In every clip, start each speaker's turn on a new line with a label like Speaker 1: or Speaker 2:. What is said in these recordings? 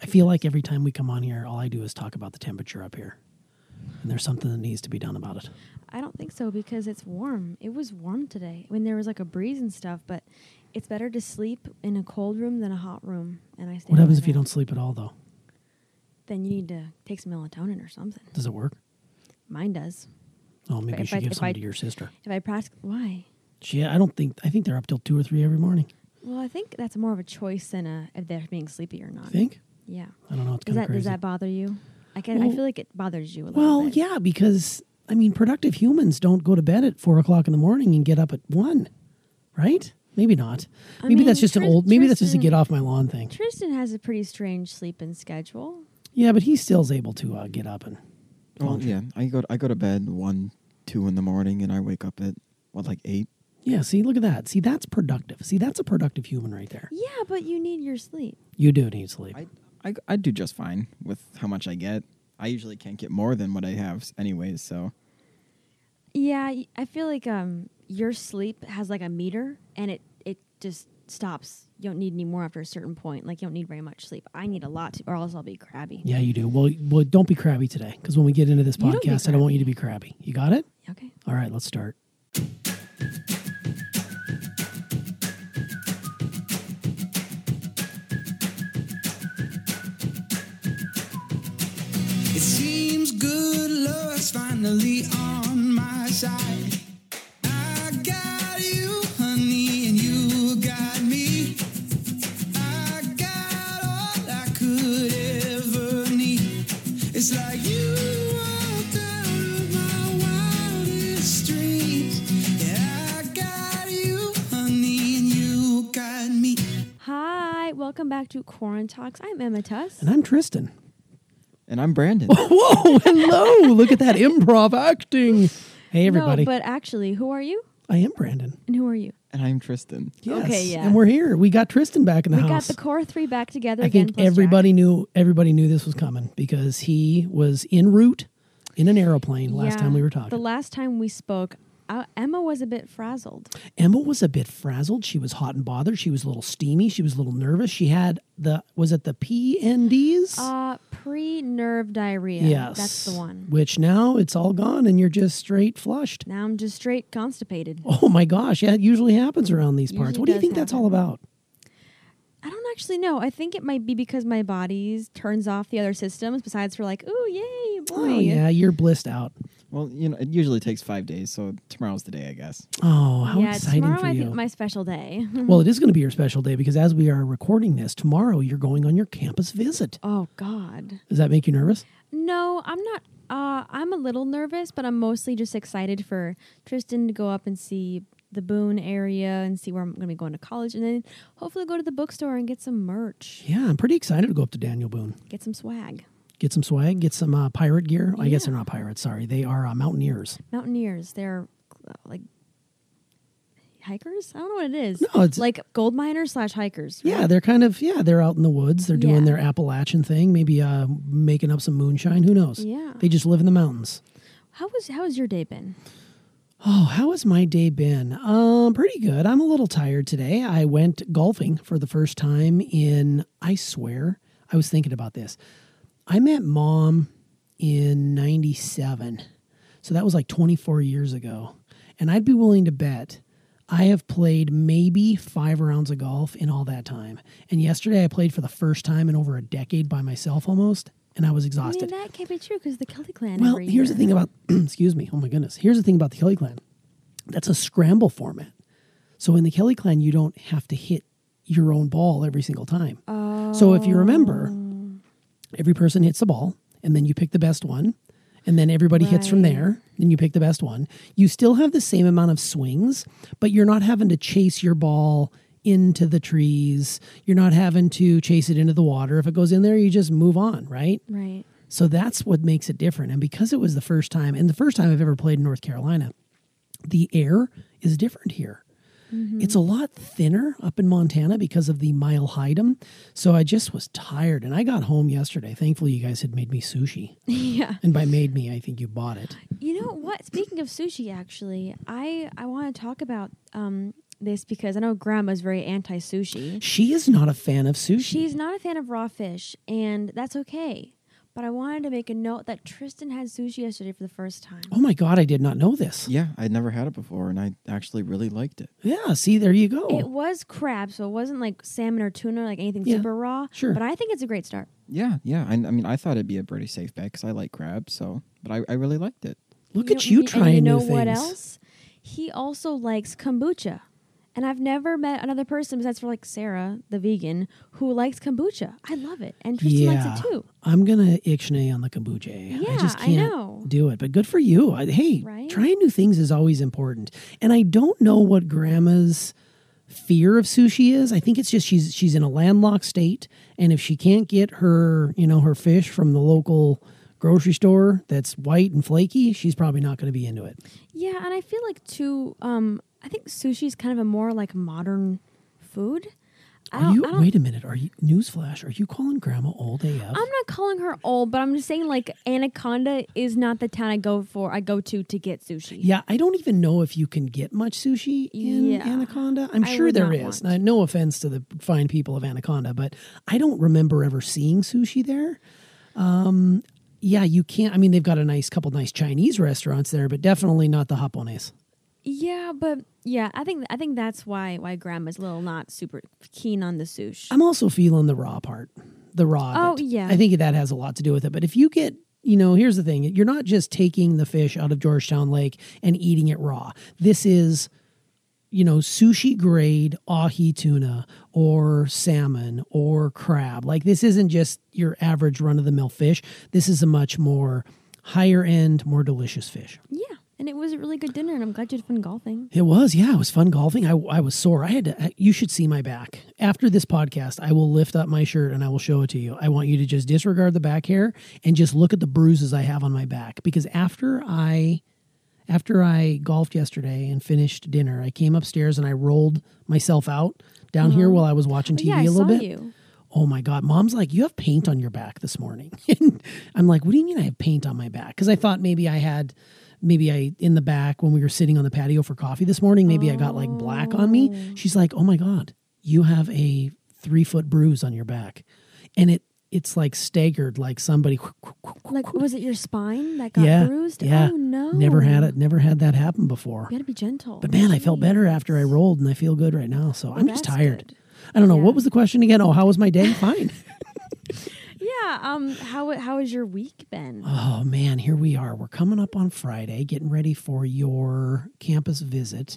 Speaker 1: feel like every time we come on here, all I do is talk about the temperature up here, and there's something that needs to be done about it.
Speaker 2: I don't think so because it's warm. It was warm today when there was like a breeze and stuff, but it's better to sleep in a cold room than a hot room. And I stand
Speaker 1: What happens
Speaker 2: by
Speaker 1: if you
Speaker 2: that.
Speaker 1: don't sleep at all, though?
Speaker 2: Then you need to take some melatonin or something.
Speaker 1: Does it work?
Speaker 2: Mine does.
Speaker 1: Oh, maybe you
Speaker 2: if
Speaker 1: should
Speaker 2: I-
Speaker 1: give
Speaker 2: if
Speaker 1: some
Speaker 2: I-
Speaker 1: to your sister.
Speaker 2: If I practice, why?
Speaker 1: She, I don't think. I think they're up till two or three every morning.
Speaker 2: Well, I think that's more of a choice than a if they're being sleepy or not.
Speaker 1: You think?
Speaker 2: Yeah.
Speaker 1: I don't know. It's
Speaker 2: Does
Speaker 1: kind
Speaker 2: that
Speaker 1: of crazy.
Speaker 2: does that bother you? I can.
Speaker 1: Well-
Speaker 2: I feel like it bothers you a little
Speaker 1: well,
Speaker 2: bit.
Speaker 1: yeah, because I mean, productive humans don't go to bed at four o'clock in the morning and get up at one, right? Maybe not.
Speaker 2: I
Speaker 1: Maybe that's
Speaker 2: mean,
Speaker 1: just an
Speaker 2: Tris-
Speaker 1: old. Maybe that's just a
Speaker 2: Tristan-
Speaker 1: get off my lawn thing.
Speaker 2: Tristan has a pretty strange sleeping schedule.
Speaker 1: Yeah, but he still's able to uh, get up and.
Speaker 3: Well, yeah, I go I go to bed one, two in the morning, and I wake up at what like eight.
Speaker 1: Yeah, see, look at that. See, that's productive. See, that's a productive human right there.
Speaker 2: Yeah, but you need your sleep.
Speaker 1: You do need sleep.
Speaker 3: I, I I do just fine with how much I get. I usually can't get more than what I have, s- anyways. So
Speaker 2: Yeah, y- I feel like um your sleep has like a meter and it it just stops. You don't need any more after a certain point. Like you don't need very much sleep. I need a lot to, or else I'll be crabby.
Speaker 1: yeah, you do. Well, well, don't be crabby today, because when we get into this
Speaker 2: You don't be
Speaker 1: podcast, I don't want you to be crabby. You got it?
Speaker 2: Okay.
Speaker 1: All right, let's start.
Speaker 4: It seems good luck's finally on my side. I got you, honey, and you got me. I got all I could ever need. It's like you walked out of my wildest dreams. Yeah, I got you, honey, and you got me.
Speaker 2: Hi, welcome back to Quarant Talks. I'm Emma Tuss.
Speaker 1: And I'm Tristan.
Speaker 3: and I'm Brandon.
Speaker 1: Whoa, hello. Look at that improv acting. Hey, everybody.
Speaker 2: No, but actually, who are you?
Speaker 1: I am Brandon.
Speaker 2: And who are you?
Speaker 3: and I'm Tristan.
Speaker 1: Yes.
Speaker 2: Okay, yeah.
Speaker 1: And we're here. We got Tristan back in the
Speaker 2: we got
Speaker 1: house.
Speaker 2: the core three back together
Speaker 1: I
Speaker 2: again.
Speaker 1: think
Speaker 2: plus Jack.
Speaker 1: everybody knew everybody knew this was coming because he was en route in an aeroplane last
Speaker 2: Yeah.
Speaker 1: time we were talking.
Speaker 2: The last time we spoke, uh, Emma was a bit frazzled.
Speaker 1: Emma was a bit frazzled. She was hot and bothered. She was a little steamy. She was a little nervous. She had the was it the PNDs?
Speaker 2: Uh, pre nerve diarrhea.
Speaker 1: yes,
Speaker 2: That's the one.
Speaker 1: Which now it's all gone, and you're just straight flushed.
Speaker 2: Now I'm just straight constipated.
Speaker 1: Oh my gosh, yeah, it usually happens around these parts.
Speaker 2: Usually
Speaker 1: what do you
Speaker 2: does
Speaker 1: think that's all
Speaker 2: happen.
Speaker 1: about?
Speaker 2: I don't actually know. I think it might be because my body's turns off the other systems besides for like, ooh, yay, boy.
Speaker 1: Oh yeah, you're blissed out.
Speaker 3: Well, you know, it usually takes five days, so tomorrow's the day, I guess.
Speaker 1: Oh, how
Speaker 2: Yeah,
Speaker 1: exciting
Speaker 2: tomorrow
Speaker 1: for
Speaker 2: I
Speaker 1: you!
Speaker 2: think my special day.
Speaker 1: well, it is going to be your special day because as we are recording this tomorrow, you're going on your campus visit.
Speaker 2: oh God.
Speaker 1: Does that make you nervous?
Speaker 2: No, I'm not uh I'm a little nervous, but I'm mostly just excited for Tristan to go up and see the Boone area and see where I'm gonna be going to college and then hopefully go to the bookstore and get some merch.
Speaker 1: Yeah, I'm pretty excited to go up to Daniel Boone.
Speaker 2: Get some swag.
Speaker 1: get some swag, get some uh, pirate gear. I guess
Speaker 2: Yeah.
Speaker 1: they're not pirates. Sorry, they are uh, mountaineers.
Speaker 2: Mountaineers, they're uh, like hikers? I don't know what it is.
Speaker 1: No, it's-
Speaker 2: like gold miners slash hikers.
Speaker 1: Yeah,
Speaker 2: right?
Speaker 1: they're kind of yeah, they're out in the woods. They're doing
Speaker 2: Yeah.
Speaker 1: their Appalachian thing, maybe uh, making up some moonshine. Who knows?
Speaker 2: Yeah.
Speaker 1: they just live in the mountains.
Speaker 2: How was how has your day been?
Speaker 1: Oh, how has my day been? Um, pretty good. I'm a little tired today. I went golfing for the first time in I swear I was thinking about this. I met mom in 97. So that was like 24 years ago. And I'd be willing to bet I have played maybe 5 rounds of golf in all that time. And yesterday I played for the first time in over a decade by myself almost, and I was
Speaker 2: I mean,
Speaker 1: exhausted.
Speaker 2: that can't be true because the Kelly clan.
Speaker 1: Well,
Speaker 2: every
Speaker 1: here's the
Speaker 2: year.
Speaker 1: thing about excuse me. Oh my goodness. Here's the thing about the Kelly clan. That's a scramble format. So in the Kelly clan, you don't have to hit your own ball every single time. So if you remember,
Speaker 2: Oh.
Speaker 1: every person hits a ball, and then you pick the best one, and then everybody hits from
Speaker 2: Right.
Speaker 1: there, and you pick the best one. You still have the same amount of swings, but you're not having to chase your ball into the trees. You're not having to chase it into the water. If it goes in there, you just move on, right?
Speaker 2: Right.
Speaker 1: So that's what makes it different. And because it was the first time, and the first time I've ever played in North Carolina, the air is different here.
Speaker 2: Mm-hmm.
Speaker 1: It's a lot thinner up in Montana because of the mile heightum. So I just was tired and I got home yesterday. Thankfully, you guys had made me sushi.
Speaker 2: Yeah.
Speaker 1: And by made me, I think you bought it.
Speaker 2: You know what? Speaking of sushi, actually, I I want to talk about um, this because I know Grandma's very anti sushi.
Speaker 1: She is not a fan of sushi.
Speaker 2: She's not a fan of raw fish, and that's okay. But I wanted to make a note that Tristan had sushi yesterday for the first time.
Speaker 1: oh my God, I did not know this.
Speaker 3: Yeah, I'd never had it before, and I actually really liked it.
Speaker 1: Yeah, see, there you go.
Speaker 2: It was crab, so it wasn't like salmon or tuna, like anything
Speaker 1: Oh. Yeah,
Speaker 2: super raw.
Speaker 1: sure.
Speaker 2: But I think it's a great start.
Speaker 3: Yeah, yeah. I, I mean, I thought it'd be a pretty safe bet because I like crab. So, but I, I really liked it.
Speaker 1: Look
Speaker 2: know-
Speaker 1: at you
Speaker 2: and
Speaker 1: trying
Speaker 2: you know
Speaker 1: new
Speaker 2: what
Speaker 1: things.
Speaker 2: else? He also likes kombucha. And I've never met another person besides for like Sarah, the vegan, who likes kombucha. I love it. And Tristan likes it too.
Speaker 1: I'm gonna ictionay on the kombucha. I
Speaker 2: Yeah,
Speaker 1: just
Speaker 2: I
Speaker 1: can't
Speaker 2: know.
Speaker 1: do it. But good for you. I, hey,
Speaker 2: Right?
Speaker 1: trying new things is always important. And I don't know what grandma's fear of sushi is. I think it's just she's she's in a landlocked state, and if she can't get her you know her fish from the local grocery store that's white and flaky, she's probably not going to be into it.
Speaker 2: Yeah, and I feel like too um I think sushi is kind of a more like modern food. I
Speaker 1: Are
Speaker 2: don't-
Speaker 1: you?
Speaker 2: I don't-
Speaker 1: Wait a minute. Are you? Newsflash. Are you calling grandma old AF?
Speaker 2: I'm not calling her old, but I'm just saying like Anaconda is not the town I go for I go to to get sushi.
Speaker 1: Yeah, I don't even know if you can get much sushi in
Speaker 2: Yeah.
Speaker 1: Anaconda. I'm
Speaker 2: I
Speaker 1: sure
Speaker 2: would
Speaker 1: there
Speaker 2: not
Speaker 1: is.
Speaker 2: want.
Speaker 1: Now, no offense to the fine people of Anaconda, but I don't remember ever seeing sushi there. Um, yeah, you can't. I mean, they've got a nice couple nice Chinese restaurants there, but definitely not the Japones.
Speaker 2: Yeah, but yeah, I think I think that's why why grandma's a little not super keen on the sushi.
Speaker 1: I'm also feeling the raw part, the raw. of
Speaker 2: Oh,
Speaker 1: it.
Speaker 2: yeah.
Speaker 1: I think that has a lot to do with it. But if you get, you know, here's the thing: you're not just taking the fish out of Georgetown Lake and eating it raw. This is, you know, sushi grade ahi tuna or salmon or crab. Like this isn't just your average run of the mill fish. This is a much more higher end, more delicious fish.
Speaker 2: Yeah, and it was a really good dinner, and I'm glad you had fun golfing.
Speaker 1: It was, yeah. It was fun golfing. I, I was sore. I had to, I- you should see my back. After this podcast, I will lift up my shirt and I will show it to you. I want you to just disregard the back hair and just look at the bruises I have on my back because after I after I golfed yesterday and finished dinner, I came upstairs and I rolled myself out down here while I was watching TV
Speaker 2: Mm-hmm. Oh, yeah, I
Speaker 1: a little
Speaker 2: saw
Speaker 1: bit.
Speaker 2: you.
Speaker 1: Oh my God. Mom's like, you have paint on your back this morning. and I'm like, what do you mean I have paint on my back? Because I thought maybe I had, maybe I, in the back when we were sitting on the patio for coffee this morning, maybe I got like black on me. She's like, oh my God, you have a three foot bruise on your back. And it, it's like staggered, like somebody.
Speaker 2: Like, was it your spine that got
Speaker 1: yeah,
Speaker 2: bruised?
Speaker 1: yeah.
Speaker 2: Oh no,
Speaker 1: Never had it. Never had that happen before.
Speaker 2: You had to be gentle.
Speaker 1: But man, I felt
Speaker 2: Jeez.
Speaker 1: better after I rolled, and I feel good right now. So I'm just
Speaker 2: that's
Speaker 1: tired.
Speaker 2: good.
Speaker 1: I don't know
Speaker 2: Yeah.
Speaker 1: what was the question again. Oh, how was my day? Fine.
Speaker 2: Yeah. Um. How How has your week been?
Speaker 1: Oh man, here we are. We're coming up on Friday, getting ready for your campus visit.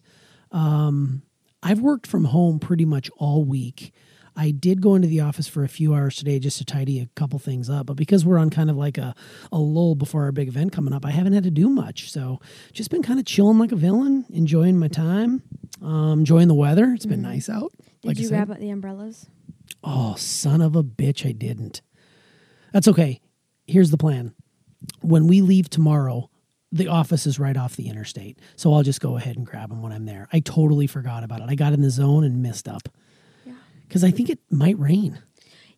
Speaker 1: Um, I've worked from home pretty much all week. I did go into the office for a few hours today just to tidy a couple things up, but because we're on kind of like a, a lull before our big event coming up, I haven't had to do much. So just been kind of chilling like a villain, enjoying my time, um, enjoying the weather. It's been nice out.
Speaker 2: Mm-hmm. Did
Speaker 1: like I
Speaker 2: you
Speaker 1: said.
Speaker 2: grab the umbrellas?
Speaker 1: Oh, son of a bitch, I didn't. That's okay. Here's the plan. When we leave tomorrow, the office is right off the interstate. So I'll just go ahead and grab them when I'm there. I totally forgot about it. I got in the zone and missed up.
Speaker 2: Yeah.
Speaker 1: Because I think it might rain.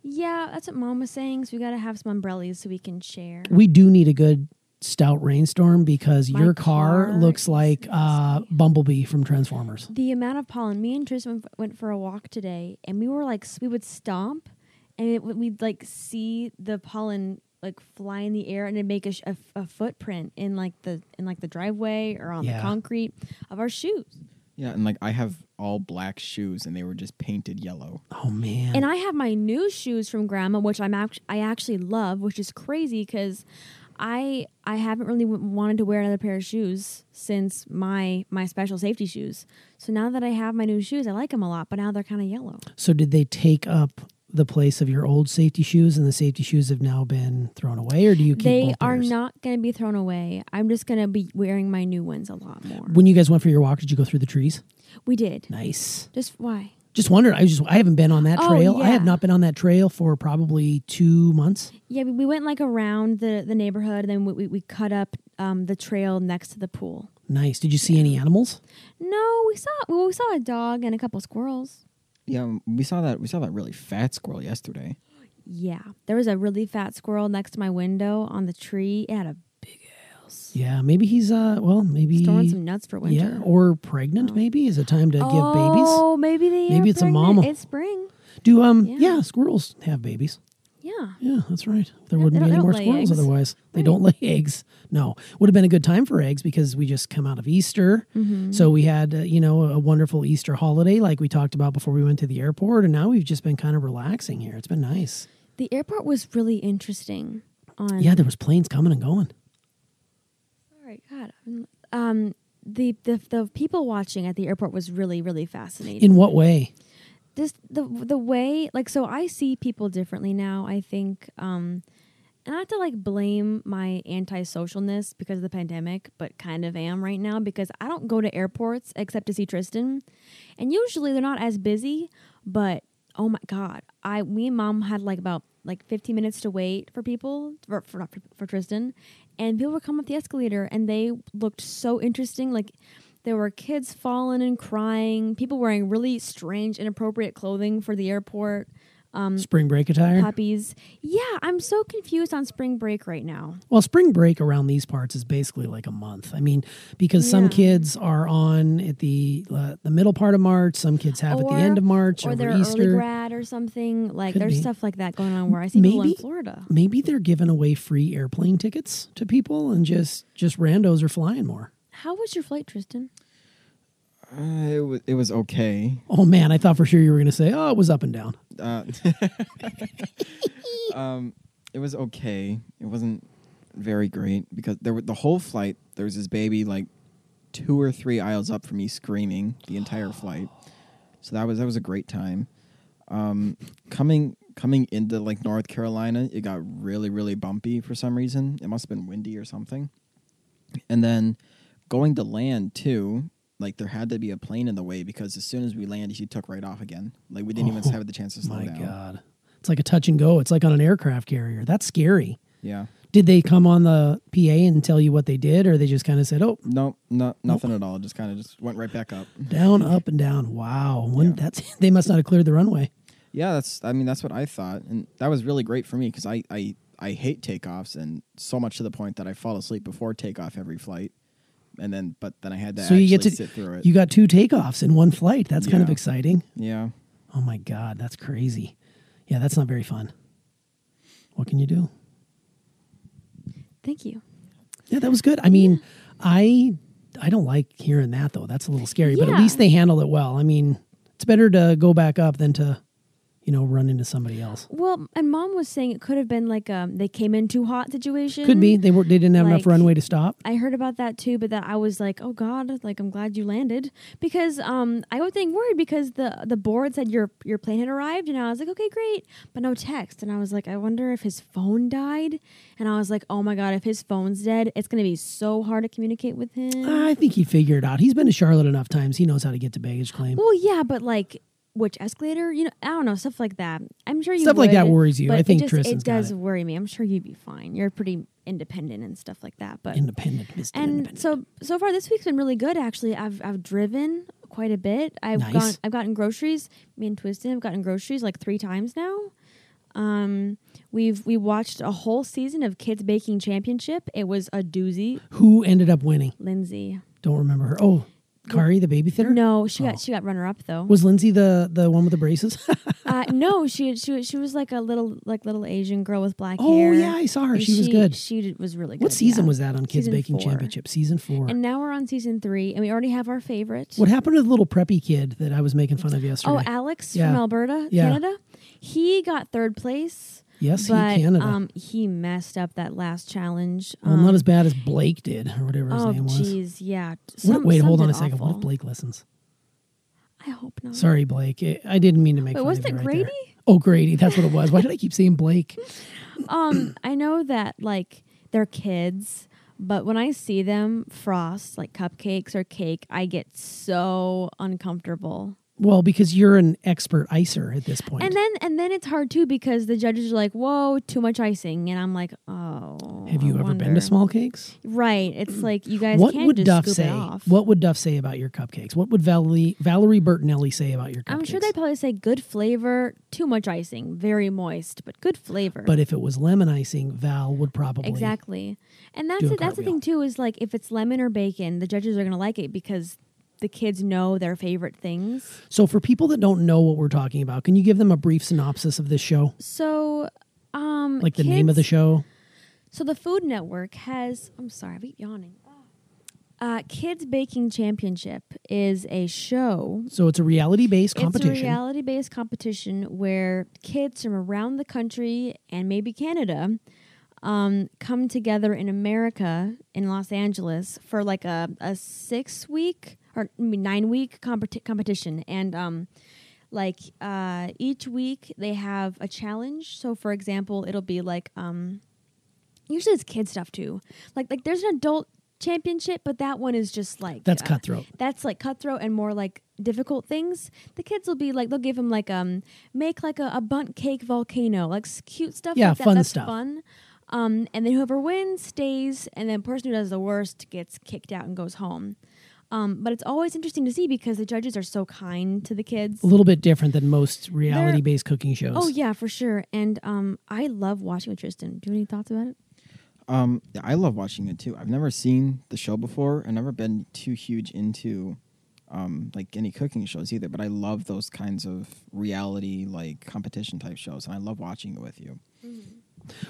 Speaker 2: Yeah, that's what Mom was saying. So we got to have some umbrellas so we can share.
Speaker 1: We do need a good stout rainstorm because
Speaker 2: My
Speaker 1: your car,
Speaker 2: car
Speaker 1: looks
Speaker 2: is
Speaker 1: like uh,
Speaker 2: nasty.
Speaker 1: Bumblebee from Transformers.
Speaker 2: The amount of pollen. Me and Tristan went- went for a walk today, and we were like, s- we would stomp, and it, would- we'd like see the pollen like fly in the air, and it'd make a, sh- a, f- a footprint in like the in like the driveway or on
Speaker 1: Yeah.
Speaker 2: the concrete of our shoes.
Speaker 3: Yeah, and like I have all black shoes, and they were just painted yellow.
Speaker 1: Oh, man.
Speaker 2: And I have my new shoes from Grandma, which I'm act- I actually love, which is crazy because I I haven't really w- wanted to wear another pair of shoes since my my special safety shoes. So now that I have my new shoes, I like them a lot, but now they're kind of yellow.
Speaker 1: so, did they take up the place of your old safety shoes and the safety shoes have now been thrown away, or do you keep
Speaker 2: They
Speaker 1: both
Speaker 2: are
Speaker 1: pairs?
Speaker 2: not going to be thrown away. I'm just going to be wearing my new ones a lot more.
Speaker 1: When you guys went for your walk, did you go through the trees?
Speaker 2: We did.
Speaker 1: Nice.
Speaker 2: Just why?
Speaker 1: Just wondered. I was just I haven't been on that
Speaker 2: Oh,
Speaker 1: trail. I have
Speaker 2: yeah.
Speaker 1: not been on that trail for probably two months.
Speaker 2: Yeah, we, we went like around the, the neighborhood and then we, we, we cut up um, the trail next to the pool.
Speaker 1: Nice. Did you see any animals?
Speaker 2: No, we saw well, we saw a dog and a couple squirrels.
Speaker 3: Yeah, um, we saw that. We saw that really fat squirrel yesterday.
Speaker 2: Yeah. There was a really fat squirrel next to my window on the tree. It had a big else.
Speaker 1: Yeah, maybe he's uh well maybe
Speaker 2: Storing some nuts for winter.
Speaker 1: Yeah, or pregnant maybe is a time to
Speaker 2: Oh, maybe they
Speaker 1: Maybe
Speaker 2: are
Speaker 1: it's a
Speaker 2: pregnant.
Speaker 1: mama.
Speaker 2: It's spring.
Speaker 1: give babies. Do um yeah.
Speaker 2: Yeah.
Speaker 1: squirrels have babies?
Speaker 2: Yeah.
Speaker 1: Yeah, that's right. There
Speaker 2: Yeah,
Speaker 1: wouldn't
Speaker 2: they
Speaker 1: be any
Speaker 2: don't-
Speaker 1: more
Speaker 2: they don't lay
Speaker 1: squirrels
Speaker 2: eggs.
Speaker 1: otherwise. They don't lay eggs. No, would have been a good time for eggs because we just come out of Easter,
Speaker 2: Mm-hmm.
Speaker 1: so we had uh, you know a wonderful Easter holiday like we talked about before we went to the airport, and now we've just been kind of relaxing here. It's been nice.
Speaker 2: The airport was really interesting. On
Speaker 1: Yeah, there was planes coming and going.
Speaker 2: Sorry, God. I'm- Um, the, the the people watching at the airport was really really fascinating.
Speaker 1: In what way?
Speaker 2: just the the way like so I see people differently now. I think um and not to like blame my antisocialness because of the pandemic, but kind of am right now because I don't go to airports except to see Tristan. And usually they're not as busy, but oh my god, I me and mom had like about like 15 minutes to wait for people for for, not for, for Tristan, and people were coming up the escalator and they looked so interesting like there were kids falling and crying, people wearing really strange inappropriate clothing for the airport, Um,
Speaker 1: Spring break attire.
Speaker 2: puppies. Yeah, I'm so confused on spring break right now.
Speaker 1: Well, spring break around these parts is basically like a month. I mean, because some
Speaker 2: Yeah.
Speaker 1: kids are on at the uh, the middle part of March, some kids have at the end of March
Speaker 2: or
Speaker 1: over
Speaker 2: they're early
Speaker 1: Easter.
Speaker 2: grad or something. Like
Speaker 1: Could
Speaker 2: there's
Speaker 1: be.
Speaker 2: stuff like that going on where I see people in
Speaker 1: Maybe-
Speaker 2: Florida.
Speaker 1: Maybe they're giving away free airplane tickets to people, and just just randos are flying more.
Speaker 2: How was your flight, Tristan?
Speaker 3: Uh, it, was, it was okay.
Speaker 1: Oh man, I thought for sure you were going to say, "Oh, it was up and down."
Speaker 3: Uh, um, it was okay. It wasn't very great because there were the whole flight. There was this baby like two or three aisles up from me screaming the entire flight. So that was that was a great time. Um, coming coming into like North Carolina, it got really really bumpy for some reason. It must have been windy or something. And then going to land too, like there had to be a plane in the way because as soon as we landed, she took right off again. Like we didn't even have the chance to slow
Speaker 1: Oh My
Speaker 3: down.
Speaker 1: God, it's like a touch and go. It's like on an aircraft carrier. That's scary.
Speaker 3: Yeah.
Speaker 1: Did they come on the PA and tell you what they did, or they just kind of said, "Oh,
Speaker 3: No, no, nothing at all. Just kind of just went right back up.
Speaker 1: down, up, and down"? Wow, When-
Speaker 3: Yeah.
Speaker 1: that's they must not have cleared the runway.
Speaker 3: Yeah, that's. I mean, that's what I thought, and that was really great for me because I, I, I hate takeoffs, and so much to the point that I fall asleep before takeoff every flight, and then but then I had to
Speaker 1: so
Speaker 3: actually
Speaker 1: you get to
Speaker 3: sit through it.
Speaker 1: You got two takeoffs in one flight. That's kind of
Speaker 3: Yeah.
Speaker 1: exciting.
Speaker 3: yeah,
Speaker 1: Oh my god, that's crazy. Yeah, that's not very fun. What can you do?
Speaker 2: Thank you.
Speaker 1: Yeah, that was good. I mean, I I don't like hearing that though. That's a little scary, but at
Speaker 2: Yeah.
Speaker 1: least they handled it well. I mean, it's better to go back up than to you know run into somebody else.
Speaker 2: Well, and mom was saying it could have been like um they came in too hot situation.
Speaker 1: Could be they were they didn't have enough
Speaker 2: Like-
Speaker 1: runway to stop.
Speaker 2: I heard about that too, but that I was like, "Oh God!" Like I'm glad you landed because um, I was getting worried because the the board said your your plane had arrived, and I was like, "Okay, great," but no text, and I was like, "I wonder if his phone died," and I was like, "Oh my God, if his phone's dead, it's gonna be so hard to communicate with him."
Speaker 1: I think he figured it out. He's been to Charlotte enough times. He knows how to get to baggage claim.
Speaker 2: well, yeah, but like which escalator? You know, I don't know stuff like that. I'm sure you
Speaker 1: Stuff like
Speaker 2: would,
Speaker 1: that worries you.
Speaker 2: but
Speaker 1: I think
Speaker 2: it just,
Speaker 1: Tristan's
Speaker 2: it
Speaker 1: got
Speaker 2: does
Speaker 1: it.
Speaker 2: worry me. I'm sure you'd be fine. You're pretty independent and stuff like that, but
Speaker 1: Independent, Mr.
Speaker 2: And
Speaker 1: independent.
Speaker 2: so so far this week's been really good actually. I've I've driven quite a bit. I've
Speaker 1: Nice.
Speaker 2: gone I've gotten groceries. Me and Twiston have gotten groceries like three times now. Um we've we watched a whole season of Kids Baking Championship. It was a doozy.
Speaker 1: Who ended up winning?
Speaker 2: Lindsay.
Speaker 1: Don't remember her. Oh, Kari, the baby sitter.
Speaker 2: No, she
Speaker 1: Oh.
Speaker 2: got she got runner up though.
Speaker 1: Was Lindsay the the one with the braces?
Speaker 2: uh, no, she she she was like a little like little Asian girl with black
Speaker 1: Oh,
Speaker 2: hair.
Speaker 1: yeah, I saw her.
Speaker 2: And
Speaker 1: She was good.
Speaker 2: She did- was really good.
Speaker 1: what season
Speaker 2: yeah.
Speaker 1: was that on Kids
Speaker 2: Season
Speaker 1: Baking
Speaker 2: four.
Speaker 1: Championship? Season four.
Speaker 2: And now we're on season three, and we already have our favorite.
Speaker 1: what happened to the little preppy kid that I was making fun of yesterday?
Speaker 2: Oh, Alex
Speaker 1: Yeah.
Speaker 2: from Alberta,
Speaker 1: Yeah.
Speaker 2: Canada. He got third place.
Speaker 1: yes,
Speaker 2: but,
Speaker 1: he Canada.
Speaker 2: Um, he messed up that last challenge.
Speaker 1: well,
Speaker 2: Um,
Speaker 1: not as bad as Blake did, or whatever his
Speaker 2: oh,
Speaker 1: name was.
Speaker 2: jeez, yeah.
Speaker 1: What-
Speaker 2: Some-
Speaker 1: wait, hold on a
Speaker 2: something
Speaker 1: second. What if
Speaker 2: awful.
Speaker 1: Blake listens?
Speaker 2: I hope not.
Speaker 1: Sorry, Blake. I I didn't mean to make
Speaker 2: Wait,
Speaker 1: fun
Speaker 2: wasn't
Speaker 1: of you
Speaker 2: it
Speaker 1: right there.
Speaker 2: Grady?
Speaker 1: Oh, Grady. That's what it was. Why did I keep saying Blake?
Speaker 2: Um, I know that like they're kids, but when I see them frost like cupcakes or cake, I get so uncomfortable.
Speaker 1: Well, because you're an expert icer at this point.
Speaker 2: And then and then it's hard too because the judges are like, "Whoa, too much icing," and I'm like, "Oh."
Speaker 1: Have you
Speaker 2: I
Speaker 1: ever been
Speaker 2: wonder.
Speaker 1: to small cakes?
Speaker 2: Right. It's like you guys
Speaker 1: what
Speaker 2: can
Speaker 1: would
Speaker 2: just
Speaker 1: Duff
Speaker 2: scoop
Speaker 1: say?
Speaker 2: it off.
Speaker 1: What would Duff say about your cupcakes? What would Valerie Valerie Bertinelli say about your cupcakes?
Speaker 2: I'm sure they'd probably say good flavor, too much icing, very moist, but good flavor.
Speaker 1: But if it was lemon icing, Val would probably
Speaker 2: exactly. And that's
Speaker 1: Do a
Speaker 2: it. That's the thing too is like if it's lemon or bacon, the judges are going to like it because the kids know their favorite things.
Speaker 1: So for people that don't know what we're talking about, can you give them a brief synopsis of this show?
Speaker 2: So um
Speaker 1: Like the name of the
Speaker 2: kids-
Speaker 1: show?
Speaker 2: So the Food Network has. I'm sorry, I keep yawning. Uh, Kids Baking Championship is a show.
Speaker 1: So it's a reality based competition.
Speaker 2: It's a reality-based competition where kids from around the country and maybe Canada um, come together in America in Los Angeles for like a, a six-week or nine-week competi- competition, and um, like uh, each week they have a challenge. So, for example, it'll be like. Um, usually it's kid stuff too. Like like there's an adult championship, but that one is just like uh,
Speaker 1: That's cutthroat.
Speaker 2: That's like cutthroat and more like difficult things. The kids will be like they'll give them like um make like a, a bunt cake volcano, like s- cute stuff.
Speaker 1: Yeah,
Speaker 2: like that.
Speaker 1: fun
Speaker 2: That's
Speaker 1: stuff.
Speaker 2: Fun. Um, and then whoever wins stays, and then the person who does the worst gets kicked out and goes home. Um, but it's always interesting to see because the judges are so kind to the kids.
Speaker 1: a little bit different than most reality based cooking shows.
Speaker 2: Oh yeah, for sure. And um, I love watching with Tristan. Do you have any thoughts about it?
Speaker 3: Um, yeah, I love watching it too. I've never seen the show before. I've never been too huge into um, like any cooking shows either. But I love those kinds of reality like competition type shows, and I love watching it with you.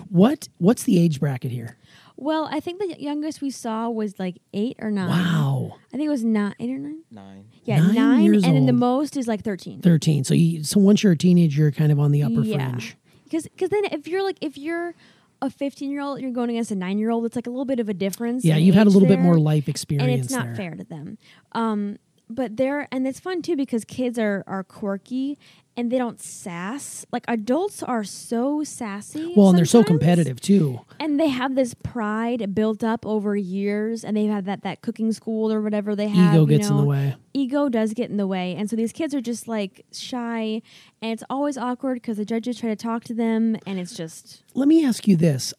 Speaker 1: What what's the age bracket here?
Speaker 2: Well, I think the youngest we saw was like eight or nine.
Speaker 1: Wow.
Speaker 2: I think it was nine, eight or nine.
Speaker 3: Nine.
Speaker 2: Yeah,
Speaker 1: Nine
Speaker 2: nine,
Speaker 1: years
Speaker 2: and then the
Speaker 1: old.
Speaker 2: most is like thirteen.
Speaker 1: Thirteen. So you so once you're a teenager you're kind of on the upper fringe.
Speaker 2: Because then if you're like if you're a fifteen year old, you're going against a nine year old. It's like a little bit of a difference.
Speaker 1: Yeah,
Speaker 2: in
Speaker 1: you've had a
Speaker 2: age
Speaker 1: little bit
Speaker 2: there,
Speaker 1: more life experience.
Speaker 2: and it's not
Speaker 1: there.
Speaker 2: fair to them. Um, but they're and it's fun too because kids are are quirky and they don't sass like adults are so sassy.
Speaker 1: Well, and they're so
Speaker 2: sometimes.
Speaker 1: competitive too.
Speaker 2: And they have this pride built up over years, and they have that that cooking school or whatever they have.
Speaker 1: Ego
Speaker 2: you
Speaker 1: gets in
Speaker 2: know.
Speaker 1: the way.
Speaker 2: Ego does get in the way, and so these kids are just like shy, and it's always awkward because the judges try to talk to them, and it's just
Speaker 1: Let me ask you this.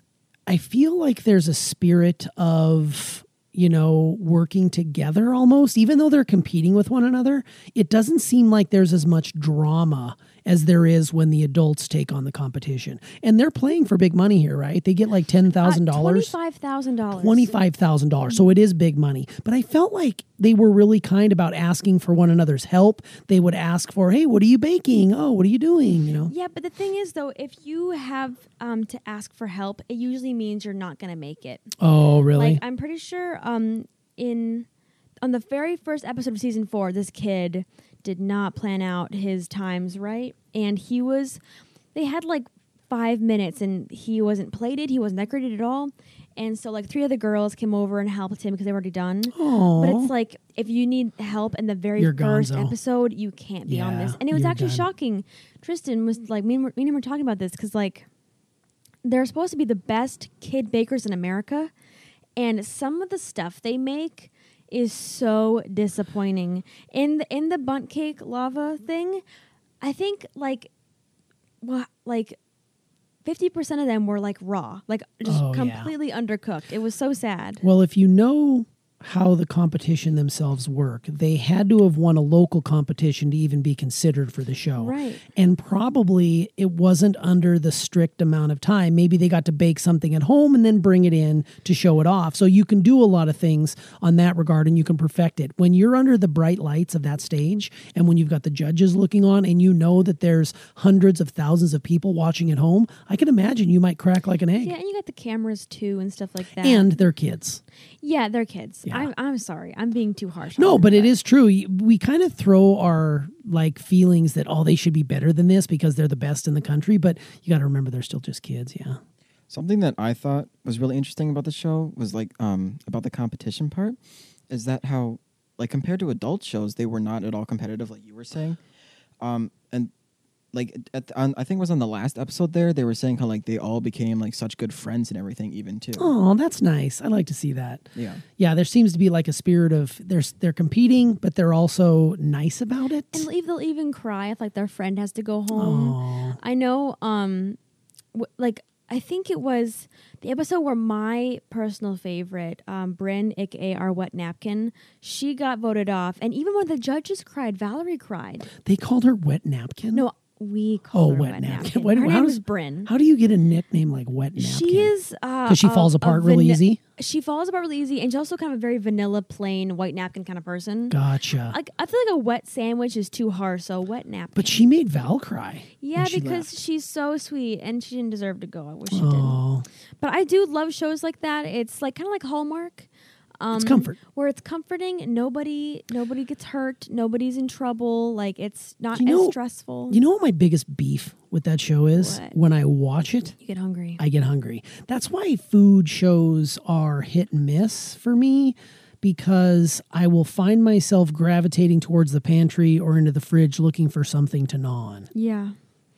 Speaker 1: I feel like there's a spirit of, you know, working together almost, even though they're competing with one another. It doesn't seem like there's as much drama as there is when the adults take on the competition. And they're playing for big money here, right? They get like
Speaker 2: twenty
Speaker 1: $10,000.
Speaker 2: five uh, thousand dollars.
Speaker 1: $25,000. So it is big money. But I felt like they were really kind about asking for one another's help. They would ask for, hey, what are you baking? Oh, what are you doing? You know?
Speaker 2: Yeah, but the thing is, though, if you have um, to ask for help, it usually means you're not going to make it.
Speaker 1: Oh, really?
Speaker 2: Like I'm pretty sure um in on the very first episode of season 4 this kid did not plan out his times right and he was they had like 5 minutes and he wasn't plated, he wasn't decorated at all. And so like three other girls came over and helped him because they were already done. But
Speaker 1: Aw.
Speaker 2: it's like if you need help in the very
Speaker 1: You're
Speaker 2: first
Speaker 1: gonzo.
Speaker 2: episode, you can't be on this.
Speaker 1: Yeah,
Speaker 2: And it was
Speaker 1: you're
Speaker 2: actually
Speaker 1: done.
Speaker 2: shocking. Tristan was like me and, me and him were talking about this cuz like they're supposed to be the best kid bakers in America, and some of the stuff they make is so disappointing. In the, in the bunt cake lava thing, I think like wha- like 50% of them were like raw, like just
Speaker 1: Oh, yeah.
Speaker 2: completely undercooked. It was so sad.
Speaker 1: Well, if you know how the competition themselves work, they had to have won a local competition to even be considered for the show.
Speaker 2: Right.
Speaker 1: And probably it wasn't under the strict amount of time. Maybe they got to bake something at home and then bring it in to show it off. So you can do a lot of things on that regard and you can perfect it. When you're under the bright lights of that stage and when you've got the judges looking on and you know that there's hundreds of thousands of people watching at home, I can imagine you might crack like an egg.
Speaker 2: Yeah, and you got the cameras too and stuff like that.
Speaker 1: And their kids.
Speaker 2: yeah, they're kids.
Speaker 1: Yeah.
Speaker 2: I'm, I'm sorry. I'm being too harsh.
Speaker 1: No,
Speaker 2: on
Speaker 1: but
Speaker 2: them,
Speaker 1: it is true. Y- We kind of throw our like feelings that oh they should be better than this because they're the best in the country, but you got to remember they're still just kids. Yeah,
Speaker 3: Something that I thought was really interesting about the show was like um, about the competition part is that how like compared to adult shows they were not at all competitive like you were saying um, and like at the, on, I think it was on the last episode there they were saying how like they all became like such good friends and everything even too
Speaker 1: oh that's nice. I like to see that.
Speaker 3: yeah
Speaker 1: Yeah, there seems to be like a spirit of they're s- they're competing, but they're also nice about it.
Speaker 2: And leave, they'll even cry if like their friend has to go home.
Speaker 1: Aw.
Speaker 2: I know, um, w- like I think it was the episode where my personal favorite, um, Bryn aka our wet napkin, she got voted off, and even when the judges cried, Valerie cried.
Speaker 1: They called her Wet Napkin.
Speaker 2: No, we
Speaker 1: oh,
Speaker 2: call her
Speaker 1: Wet, Napkin. What-
Speaker 2: Her
Speaker 1: how
Speaker 2: name
Speaker 1: does-
Speaker 2: is Bryn.
Speaker 1: How do you get a nickname like Wet Napkin?
Speaker 2: She is uh, because
Speaker 1: she falls apart really easy?
Speaker 2: She falls apart really easy, and she's also kind of a very vanilla, plain white napkin kind of person.
Speaker 1: Gotcha.
Speaker 2: Like I feel like a wet sandwich is too harsh, so a wet napkin.
Speaker 1: but she made Val cry.
Speaker 2: yeah,
Speaker 1: when she
Speaker 2: because
Speaker 1: left.
Speaker 2: she's so sweet, and she didn't deserve to go. I wish she didn't.
Speaker 1: oh,
Speaker 2: But I do love shows like that. It's like kind of like Hallmark. Um,
Speaker 1: It's comfort.
Speaker 2: where it's comforting. Nobody, nobody gets hurt. Nobody's in trouble. Like it's not
Speaker 1: You know-
Speaker 2: as stressful.
Speaker 1: you know what my biggest beef with that show is?
Speaker 2: What?
Speaker 1: When I watch it,
Speaker 2: You get hungry.
Speaker 1: I get hungry. That's why food shows are hit and miss for me because I will find myself gravitating towards the pantry or into the fridge looking for something to gnaw on,
Speaker 2: yeah.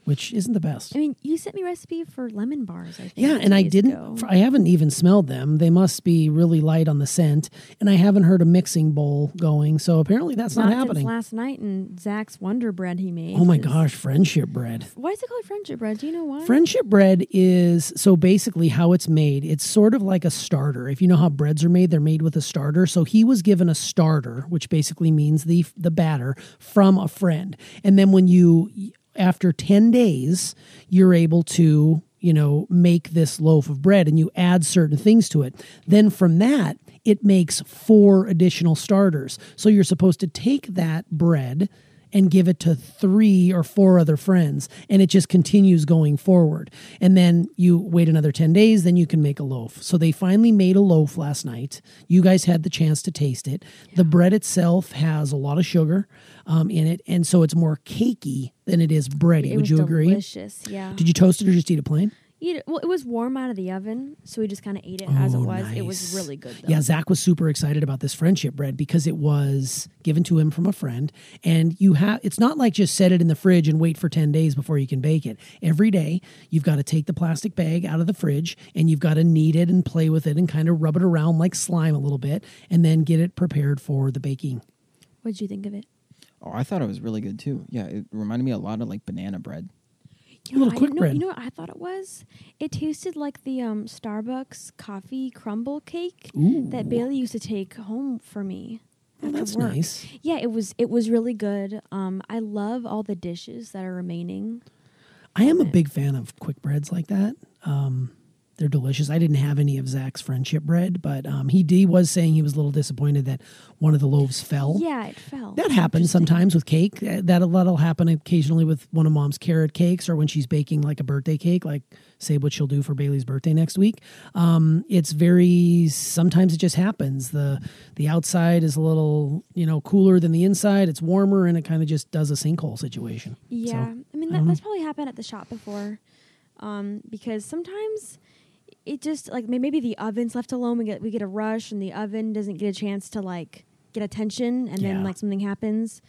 Speaker 1: which isn't the best.
Speaker 2: I mean, you sent me recipe for lemon bars. I think
Speaker 1: Yeah,
Speaker 2: two
Speaker 1: and I
Speaker 2: days
Speaker 1: didn't.
Speaker 2: ago.
Speaker 1: I haven't even smelled them. They must be really light on the scent, and I haven't heard a mixing bowl going. So apparently, that's not,
Speaker 2: Not since
Speaker 1: happening.
Speaker 2: last night and Zach's Wonder Bread he made.
Speaker 1: Oh my
Speaker 2: is-
Speaker 1: gosh, friendship bread.
Speaker 2: Why is it called friendship bread? Do you know why?
Speaker 1: Friendship bread is so basically how it's made. It's sort of like a starter. If you know how breads are made, they're made with a starter. So he was given a starter, which basically means the the batter from a friend. And then when you after 10 days, you're able to, you know, make this loaf of bread and you add certain things to it. Then from that, it makes four additional starters. So you're supposed to take that bread and give it to three or four other friends and it just continues going forward and then you wait another 10 days then you can make a loaf so they finally made a loaf last night you guys had the chance to taste it the bread itself has a lot of sugar um, in it and so it's more cakey than it is bready
Speaker 2: It
Speaker 1: would
Speaker 2: was
Speaker 1: you agree
Speaker 2: Delicious. Yeah.
Speaker 1: did you toast it or just eat it plain
Speaker 2: Eat it. Well, it was warm out of the oven, so we just kind of ate it as it
Speaker 1: Oh,
Speaker 2: was. It was
Speaker 1: nice.
Speaker 2: really good. Though.
Speaker 1: Yeah, Zach was super excited about this friendship bread because it was given to him from a friend, and you have it's not like just set it in the fridge and wait for ten days before you can bake it. Every day you've got to take the plastic bag out of the fridge and you've got to knead it and play with it and kind of rub it around like slime a little bit, and then get it prepared for the baking.
Speaker 2: What did you think of it?
Speaker 3: Oh, I thought it was really good too. Yeah, it reminded me a lot of like banana bread.
Speaker 2: You know,
Speaker 1: little
Speaker 2: I
Speaker 1: quick
Speaker 2: didn't know,
Speaker 1: bread.
Speaker 2: You know what I thought it was? It tasted like the um, Starbucks coffee crumble cake that Bailey used to take home for me.
Speaker 1: Well,
Speaker 2: after
Speaker 1: Oh, that's
Speaker 2: work.
Speaker 1: nice.
Speaker 2: Yeah, it was it was really good. Um, I love all the dishes that are remaining.
Speaker 1: I am a
Speaker 2: it.
Speaker 1: big fan of quick breads like that. Um, they're delicious. I didn't have any of Zach's friendship bread, but um, he, he was saying he was a little disappointed that one of the loaves fell.
Speaker 2: Yeah, it fell.
Speaker 1: Oh. That happens sometimes with cake. Uh, That'll, that'll happen occasionally with one of mom's carrot cakes or when she's baking like a birthday cake, like say what she'll do for Bailey's birthday next week. Um, it's very, sometimes it just happens. The, the outside is a little, you know, cooler than the inside. It's warmer and it kind of just does a sinkhole situation. So, mm-hmm.
Speaker 2: Yeah, I mean that, that's probably happened at the shop before, um, because sometimes it just like may- maybe the oven's left alone. We get we get a rush, and the oven doesn't get a chance to like get attention, and
Speaker 1: Yeah.
Speaker 2: then like something happens.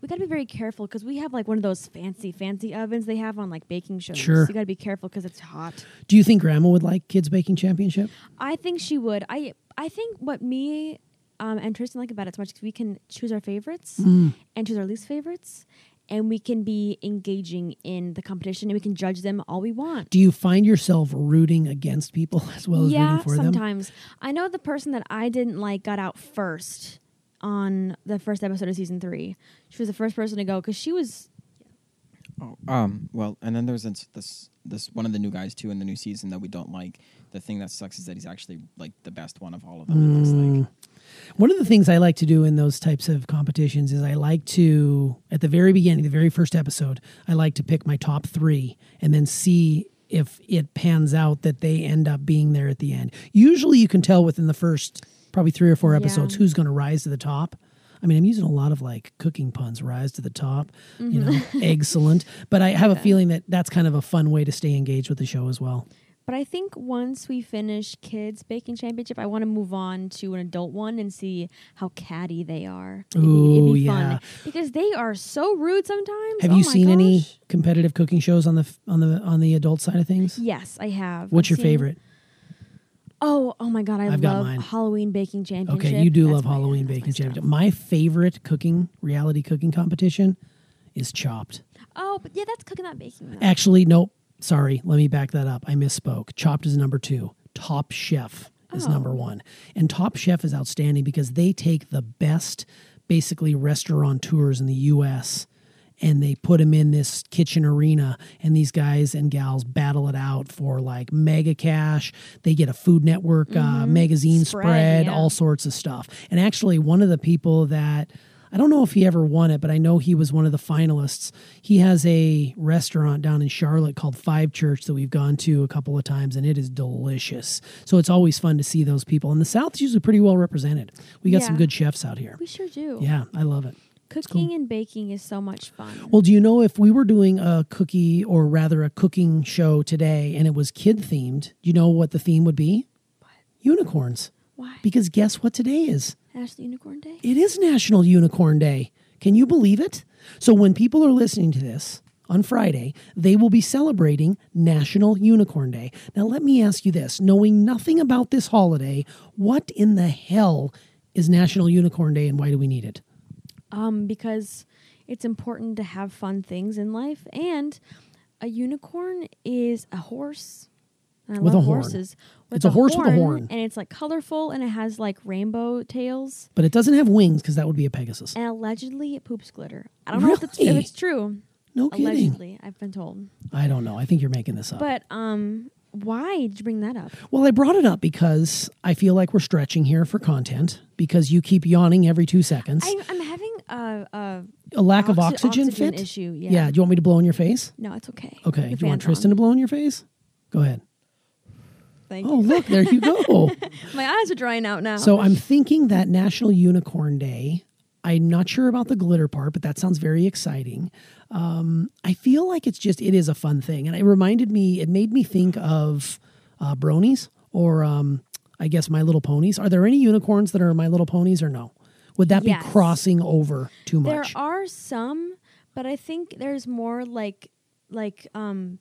Speaker 2: We gotta be very careful because we have like one of those fancy fancy ovens they have on like baking shows.
Speaker 1: Sure.
Speaker 2: you gotta be careful because it's hot.
Speaker 1: do you think grandma would like kids baking championship?
Speaker 2: I think she would. I I think what me um, and Tristan like about it so much 'cause we can choose our favorites
Speaker 1: Mm.
Speaker 2: and choose our least favorites, and we can be engaging in the competition and we can judge them all we want.
Speaker 1: Do you find yourself rooting against people as well as
Speaker 2: yeah,
Speaker 1: rooting for them?
Speaker 2: sometimes I know the person that I didn't like got out first on the first episode of season three. She was the first person to go because she was
Speaker 3: Oh, um, well, and then there's this, this this one of the new guys too in the new season that we don't like. The thing that sucks is that he's actually like the best one of all of them. It looks
Speaker 1: Mm.
Speaker 3: like.
Speaker 1: One of the things I like to do in those types of competitions is I like to, at the very beginning, the very first episode, I like to pick my top three and then see if it pans out that they end up being there at the end. Usually you can tell within the first probably three or four
Speaker 2: Yeah.
Speaker 1: episodes who's going to rise to the top. I mean, I'm using a lot of like cooking puns, rise to the top, you know, excellent. But I have a feeling that that's kind of a fun way to stay engaged with the show as well.
Speaker 2: But I think once we finish kids baking championship, I want to move on to an adult one and see how catty they are. It'd be, it'd
Speaker 1: Ooh,
Speaker 2: be
Speaker 1: yeah.
Speaker 2: fun because they are so rude sometimes.
Speaker 1: Have
Speaker 2: Oh
Speaker 1: you
Speaker 2: my
Speaker 1: seen any
Speaker 2: gosh.
Speaker 1: competitive cooking shows on the f- on the on the adult side of things?
Speaker 2: Yes, I have.
Speaker 1: What's
Speaker 2: I've
Speaker 1: your
Speaker 2: seen-
Speaker 1: favorite?
Speaker 2: Oh, oh my god, I
Speaker 1: I've got
Speaker 2: love
Speaker 1: mine.
Speaker 2: Halloween baking championship.
Speaker 1: Okay, you do
Speaker 2: That's
Speaker 1: love
Speaker 2: my-
Speaker 1: Halloween
Speaker 2: that's my
Speaker 1: baking
Speaker 2: stuff.
Speaker 1: championship. My favorite cooking reality cooking competition is Chopped.
Speaker 2: Oh, but yeah, that's cooking not baking. though.
Speaker 1: Actually, nope. Sorry, let me back that up. I misspoke. Chopped is number two. Top Chef is
Speaker 2: Oh.
Speaker 1: number one. And Top Chef is outstanding because they take the best, basically, restaurateurs in the U.S. and they put them in this kitchen arena. And these guys and gals battle it out for like mega cash. They get a Food Network uh, magazine
Speaker 2: Mm-hmm. Spread,
Speaker 1: spread,
Speaker 2: yeah.
Speaker 1: all sorts of stuff. And actually, one of the people that I don't know if he ever won it, but I know he was one of the finalists. He has a restaurant down in Charlotte called Five Church that we've gone to a couple of times, and it is delicious. So it's always fun to see those people. And the South's usually pretty well represented. We got some
Speaker 2: Yeah.
Speaker 1: good chefs out here.
Speaker 2: We sure do.
Speaker 1: Yeah, I love it.
Speaker 2: Cooking and baking is so much fun.
Speaker 1: Well, do you know if we were doing a cookie or rather a cooking show today and it was kid themed, do you know what the theme would be? Unicorns.
Speaker 2: Why?
Speaker 1: Because guess what today is?
Speaker 2: Ashley Unicorn Day?
Speaker 1: It is National Unicorn Day. Can you believe it? So, when people are listening to this on Friday, they will be celebrating National Unicorn Day. Now, let me ask you this knowing nothing about this holiday, what in the hell is National Unicorn Day and why do we need it?
Speaker 2: Um, because it's important to have fun things in life. And a unicorn is a horse. And I
Speaker 1: With
Speaker 2: love
Speaker 1: a horn.
Speaker 2: horses. With
Speaker 1: It's a horse with a horn.
Speaker 2: And it's like colorful and it has like rainbow tails.
Speaker 1: But it doesn't have wings because that would be a Pegasus.
Speaker 2: And allegedly it poops glitter. I don't know if it's, if
Speaker 1: Really?
Speaker 2: it's true.
Speaker 1: No kidding.
Speaker 2: allegedly, I've been told.
Speaker 1: I don't know. I think you're making this up.
Speaker 2: But um why did you bring that up?
Speaker 1: Well, I brought it up because I feel like we're stretching here for content because you keep yawning every two seconds.
Speaker 2: I'm, I'm having a, a
Speaker 1: a lack of
Speaker 2: oxy-
Speaker 1: oxygen,
Speaker 2: oxygen
Speaker 1: fit
Speaker 2: issue, yeah.
Speaker 1: Do you want me to blow in your face?
Speaker 2: no, it's okay.
Speaker 1: Okay.
Speaker 2: Your
Speaker 1: Do you want
Speaker 2: fan's
Speaker 1: Tristan
Speaker 2: on.
Speaker 1: to blow in your face? Go ahead.
Speaker 2: Thank
Speaker 1: Oh,
Speaker 2: you.
Speaker 1: look, there you go.
Speaker 2: My eyes are drying out now.
Speaker 1: so I'm thinking that National Unicorn Day. I'm not sure about the glitter part, but that sounds very exciting. Um, I feel like it's just it is a fun thing, and it reminded me. It made me think of uh, bronies or um, I guess My Little Ponies. Are there any unicorns that are My Little Ponies or no? Would that
Speaker 2: Yes.
Speaker 1: be crossing over too
Speaker 2: There
Speaker 1: much?
Speaker 2: are some, but I think there's more like like um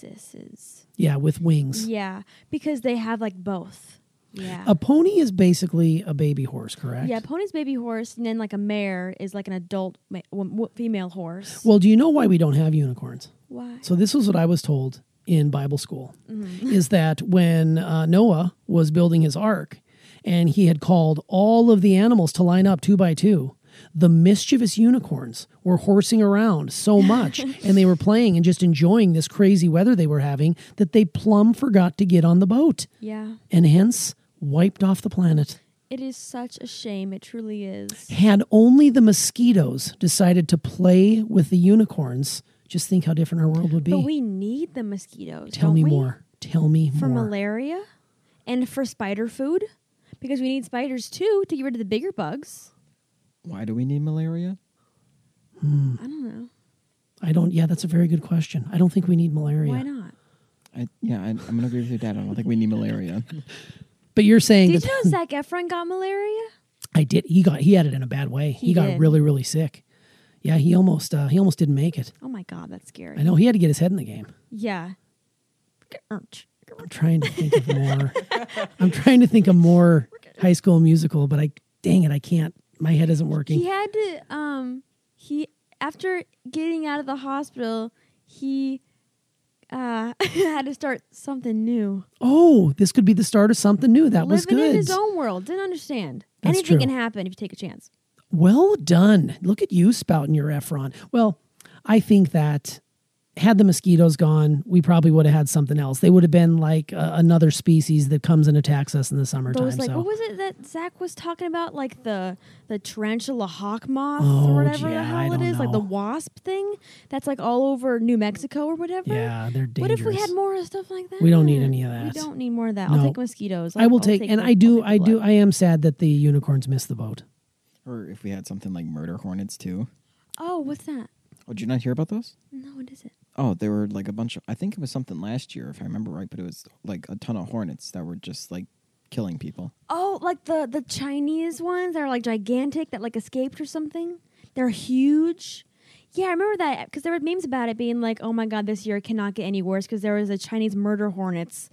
Speaker 2: Pegasuses.
Speaker 1: yeah, with wings.
Speaker 2: Yeah, because they have like both. Yeah.
Speaker 1: A pony is basically a baby horse, correct?
Speaker 2: yeah, pony's baby horse, and then like a mare is like an adult ma- wo- wo- female horse.
Speaker 1: Well, do you know why we don't have unicorns?
Speaker 2: Why?
Speaker 1: So this was what I was told in Bible school is that when uh, Noah was building his ark and he had called all of the animals to line up two by two, the mischievous unicorns were horsing around so much and they were playing and just enjoying this crazy weather they were having that they plumb forgot to get on the boat
Speaker 2: yeah,
Speaker 1: and hence wiped off the planet.
Speaker 2: it is such a shame. It truly is.
Speaker 1: Had only the mosquitoes decided to play with the unicorns, just think how different our world would be.
Speaker 2: But we need the mosquitoes.
Speaker 1: Tell
Speaker 2: don't
Speaker 1: me
Speaker 2: we?
Speaker 1: more. Tell me
Speaker 2: for
Speaker 1: more.
Speaker 2: malaria and for spider food because we need spiders too to get rid of the bigger bugs.
Speaker 3: Why do we need malaria?
Speaker 2: I don't know.
Speaker 1: I don't. Yeah, that's a very good question. I don't think we need malaria.
Speaker 2: Why not?
Speaker 3: I, yeah, I, I'm gonna agree with your dad. I don't think we need malaria.
Speaker 1: But you're saying
Speaker 2: Did
Speaker 1: that
Speaker 2: you know Zac Efron got malaria?
Speaker 1: I did. He got. He had it in a bad way. He,
Speaker 2: He
Speaker 1: got
Speaker 2: did.
Speaker 1: really, really sick. Yeah, he almost. Uh, he almost didn't make it.
Speaker 2: Oh my god, that's scary.
Speaker 1: I know he had to get his head in the game.
Speaker 2: Yeah.
Speaker 1: I'm trying to think of more. I'm trying to think of more High School Musical, but I dang it, I can't. My head isn't working.
Speaker 2: He had to um he after getting out of the hospital, he uh had to start something new.
Speaker 1: Oh, this could be the start of something new. That was
Speaker 2: Living
Speaker 1: good.
Speaker 2: in his own world. Didn't understand.
Speaker 1: That's
Speaker 2: Anything
Speaker 1: true.
Speaker 2: can happen if you take a chance.
Speaker 1: Well done. Look at you spouting your Efron. Well, I think that had the mosquitoes gone, we probably would have had something else. They would have been like uh, another species that comes and attacks us in the summertime.
Speaker 2: Those like
Speaker 1: so.
Speaker 2: what was it that Zach was talking about? Like the the tarantula hawk moth
Speaker 1: Oh,
Speaker 2: or whatever
Speaker 1: gee,
Speaker 2: the
Speaker 1: I
Speaker 2: hell it
Speaker 1: don't
Speaker 2: is, like the
Speaker 1: know.
Speaker 2: wasp thing that's like all over New Mexico or whatever.
Speaker 1: yeah, they're
Speaker 2: What
Speaker 1: dangerous.
Speaker 2: if we had more of stuff like that?
Speaker 1: We don't need any of that.
Speaker 2: We don't need more of that.
Speaker 1: No.
Speaker 2: I'll take mosquitoes.
Speaker 1: I will
Speaker 2: I'll
Speaker 1: take, and
Speaker 2: the-
Speaker 1: I do,
Speaker 2: I'll
Speaker 1: I
Speaker 2: take the
Speaker 1: do,
Speaker 2: blood.
Speaker 1: I am sad that the unicorns missed the boat.
Speaker 3: or if we had something like murder hornets too.
Speaker 2: Oh, what's that?
Speaker 3: Oh, did you not hear about those?
Speaker 2: No, what is it?
Speaker 3: Oh, there were like a bunch of. I think it was something last year, if I remember right, but it was like a ton of hornets that were just like killing people.
Speaker 2: Oh, like the the Chinese ones that are like gigantic that like escaped or something. They're huge. Yeah, I remember that because there were memes about it being like, "Oh my god, this year cannot get any worse" because there was a Chinese murder hornets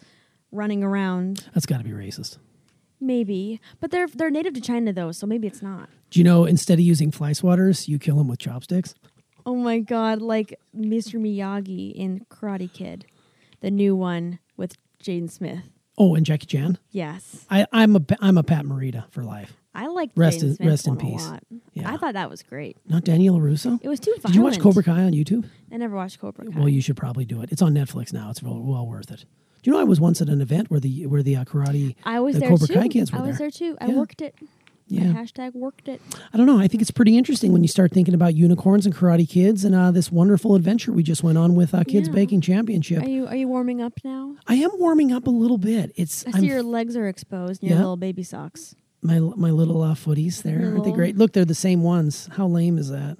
Speaker 2: running around.
Speaker 1: That's got to be racist.
Speaker 2: Maybe, but they're they're native to China though, so maybe it's not.
Speaker 1: Do you know instead of using fly swatters, you kill them with chopsticks?
Speaker 2: Oh my god, like Mr. Miyagi in Karate Kid, the new one with Jaden Smith.
Speaker 1: Oh, and Jackie Chan.
Speaker 2: Yes,
Speaker 1: I, I'm a I'm a Pat Morita for life.
Speaker 2: I like
Speaker 1: Rest
Speaker 2: Jaden
Speaker 1: in-
Speaker 2: Smith
Speaker 1: rest in
Speaker 2: one a
Speaker 1: peace.
Speaker 2: lot.
Speaker 1: Yeah.
Speaker 2: I thought that was great.
Speaker 1: Not Daniel Russo.
Speaker 2: It was too violent.
Speaker 1: Did you watch Cobra Kai on YouTube?
Speaker 2: I never watched Cobra Kai.
Speaker 1: Well, you should probably do it. It's on Netflix now. It's well, well worth it. Do you know I was once at an event where the where the uh, karate
Speaker 2: I was
Speaker 1: the
Speaker 2: there
Speaker 1: Cobra
Speaker 2: too.
Speaker 1: Kai kids were
Speaker 2: I was there, too. I
Speaker 1: Yeah.
Speaker 2: worked it.
Speaker 1: Yeah.
Speaker 2: I hashtag worked it.
Speaker 1: I don't know. I think it's pretty interesting when you start thinking about unicorns and karate kids and uh, this wonderful adventure we just went on with uh, Kids
Speaker 2: Yeah.
Speaker 1: Baking Championship.
Speaker 2: Are you are you warming up now?
Speaker 1: I am warming up a little bit. It's
Speaker 2: I see
Speaker 1: I'm-
Speaker 2: your legs are exposed and your
Speaker 1: Yeah.
Speaker 2: little baby socks.
Speaker 1: my my little uh, footies there. Aren't they
Speaker 2: Little-
Speaker 1: great? Look, they're the same ones. How lame is that?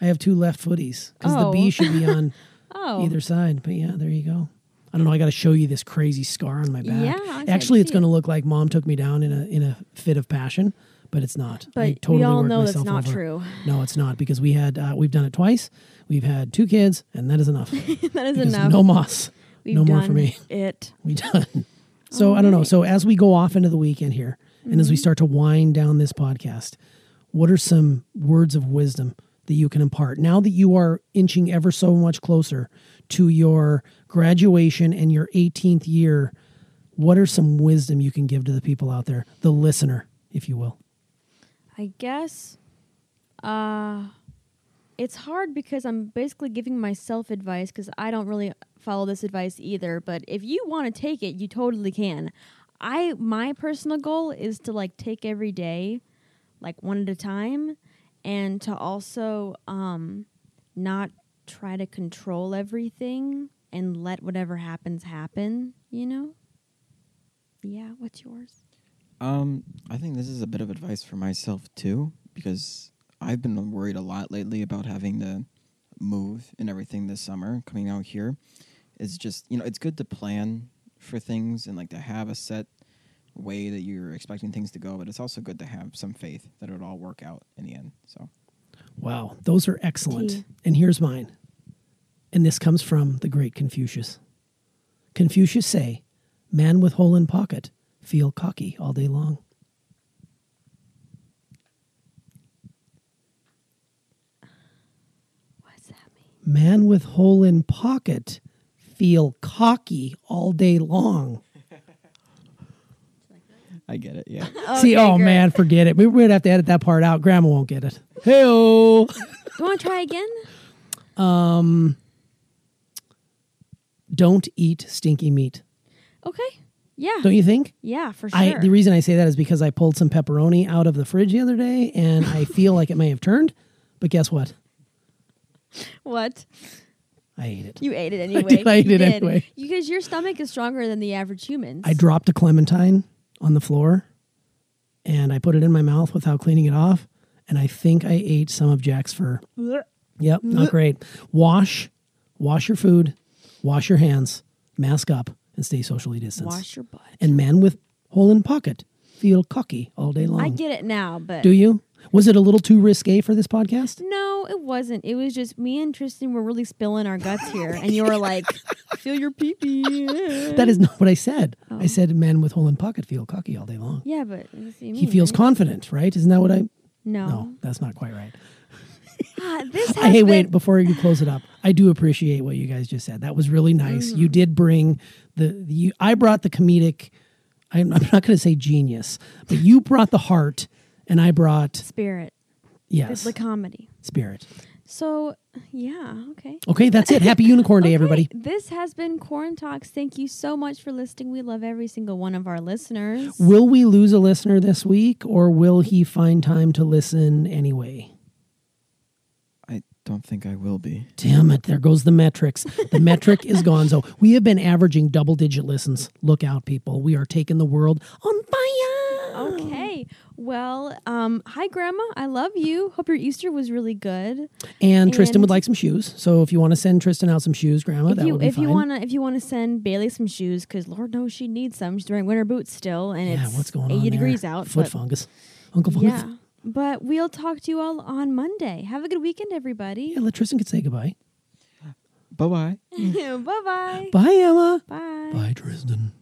Speaker 1: I have two left footies because the
Speaker 2: Oh.
Speaker 1: B should be on
Speaker 2: Oh,
Speaker 1: either side. But yeah, there you go. I don't know. I got to show you this crazy scar on my back.
Speaker 2: Yeah, I can
Speaker 1: actually, it's
Speaker 2: see
Speaker 1: going to
Speaker 2: it.
Speaker 1: look like mom took me down in a in a fit of passion, but it's not. I
Speaker 2: But
Speaker 1: totally
Speaker 2: we all
Speaker 1: worked
Speaker 2: know that's
Speaker 1: myself
Speaker 2: not
Speaker 1: over.
Speaker 2: true.
Speaker 1: No, it's not because we had uh, we've done it twice. We've had two kids, and that is enough.
Speaker 2: that is
Speaker 1: Because
Speaker 2: enough.
Speaker 1: No moss.
Speaker 2: We've
Speaker 1: no
Speaker 2: done
Speaker 1: more for me.
Speaker 2: It.
Speaker 1: We done. So I don't know. So as we go off into the weekend here, and as we start to wind down this podcast, what are some words of wisdom that you can impart now that you are inching ever so much closer to your graduation and your 18th year? What are some wisdom you can give to the people out there, the listener, if you will?
Speaker 2: I guess uh it's hard because I'm basically giving myself advice cuz I don't really follow this advice either, but if you want to take it, you totally can. I my personal goal is to like take every day like one at a time and to also um not try to control everything and let whatever happens happen, you know? Yeah, what's yours?
Speaker 3: Um, I think this is a bit of advice for myself too, because I've been worried a lot lately about having to move and everything this summer. Coming out here, it's just you know it's good to plan for things and like to have a set way that you're expecting things to go, but it's also good to have some faith that it'll all work out in the end. So
Speaker 1: Wow, those are excellent.
Speaker 2: Tea.
Speaker 1: And here's mine. And this comes from the great Confucius. Confucius say, "Man with hole in pocket feel cocky all day long."
Speaker 2: What's that mean?
Speaker 1: Man with hole in pocket feel cocky all day long.
Speaker 3: I get it. Yeah.
Speaker 1: See,
Speaker 2: Okay,
Speaker 1: oh
Speaker 2: great.
Speaker 1: man, forget it. We would have to edit that part out. Grandma won't get it. Hey,
Speaker 2: You want to try again?
Speaker 1: don't eat stinky meat.
Speaker 2: Okay. Yeah.
Speaker 1: Don't you think?
Speaker 2: yeah, for sure.
Speaker 1: I the reason I say that is because I pulled some pepperoni out of the fridge the other day, and I feel like it may have turned. But guess what?
Speaker 2: what?
Speaker 1: I ate it.
Speaker 2: You ate it anyway.
Speaker 1: did, I ate
Speaker 2: You
Speaker 1: it anyway.
Speaker 2: Because your stomach is stronger than the average human's.
Speaker 1: I dropped a clementine on the floor, and I put it in my mouth without cleaning it off, and I think I ate some of Jack's fur. Yep, not great. Wash, wash your food, wash your hands, mask up, and stay socially distanced.
Speaker 2: Wash your butt.
Speaker 1: And man with hole in pocket feel cocky all day long.
Speaker 2: I get it now, but
Speaker 1: Do you? Was it a little too risque for this podcast?
Speaker 2: no, it wasn't. It was just me and Tristan were really spilling our guts here, and you were like, "Feel your pee pee."
Speaker 1: That is not what I said.
Speaker 2: Oh.
Speaker 1: I said man with hole in pocket feel cocky all day long.
Speaker 2: Yeah, but you see
Speaker 1: He
Speaker 2: me,
Speaker 1: feels
Speaker 2: right?
Speaker 1: confident, right? Isn't that what I?
Speaker 2: No.
Speaker 1: No, that's not quite right.
Speaker 2: Ah, this has
Speaker 1: I, hey,
Speaker 2: been-
Speaker 1: wait, before you close it up, I do appreciate what you guys just said. That was really nice. You did bring the, the you, I brought the comedic, I'm, I'm not going to say genius, but you brought the heart and I brought,
Speaker 2: Spirit.
Speaker 1: yes,
Speaker 2: The comedy.
Speaker 1: spirit.
Speaker 2: So, yeah, okay.
Speaker 1: Okay, that's it. Happy Unicorn Day, everybody.
Speaker 2: This has been Corn Talks. Thank you so much for listening. We love every single one of our listeners.
Speaker 1: Will we lose a listener this week or will he find time to listen anyway?
Speaker 3: I don't think I will be.
Speaker 1: Damn it, there goes the metrics. The metric is gonzo. We have been averaging double digit listens. Look out, people. We are taking the world on fire.
Speaker 2: Okay. Well, um, hi, Grandma. I love you. Hope your Easter was really good.
Speaker 1: And Tristan would
Speaker 2: And-
Speaker 1: like some shoes. So if you want to send Tristan out some shoes, Grandma,
Speaker 2: if
Speaker 1: that
Speaker 2: you
Speaker 1: would be
Speaker 2: if
Speaker 1: fine.
Speaker 2: you wanna if you wanna send Bailey some shoes, because Lord knows she needs some. She's wearing winter boots still, and
Speaker 1: yeah,
Speaker 2: it's
Speaker 1: what's going on?
Speaker 2: eighty
Speaker 1: there?
Speaker 2: degrees out.
Speaker 1: Foot
Speaker 2: but-
Speaker 1: fungus. Uncle Fungus.
Speaker 2: yeah. But we'll talk to you all on Monday. Have a good weekend, everybody.
Speaker 1: Yeah, let Tristan could say goodbye.
Speaker 3: Bye bye.
Speaker 2: Bye-bye.
Speaker 1: Bye, Emma.
Speaker 2: Bye.
Speaker 1: Bye, Tristan.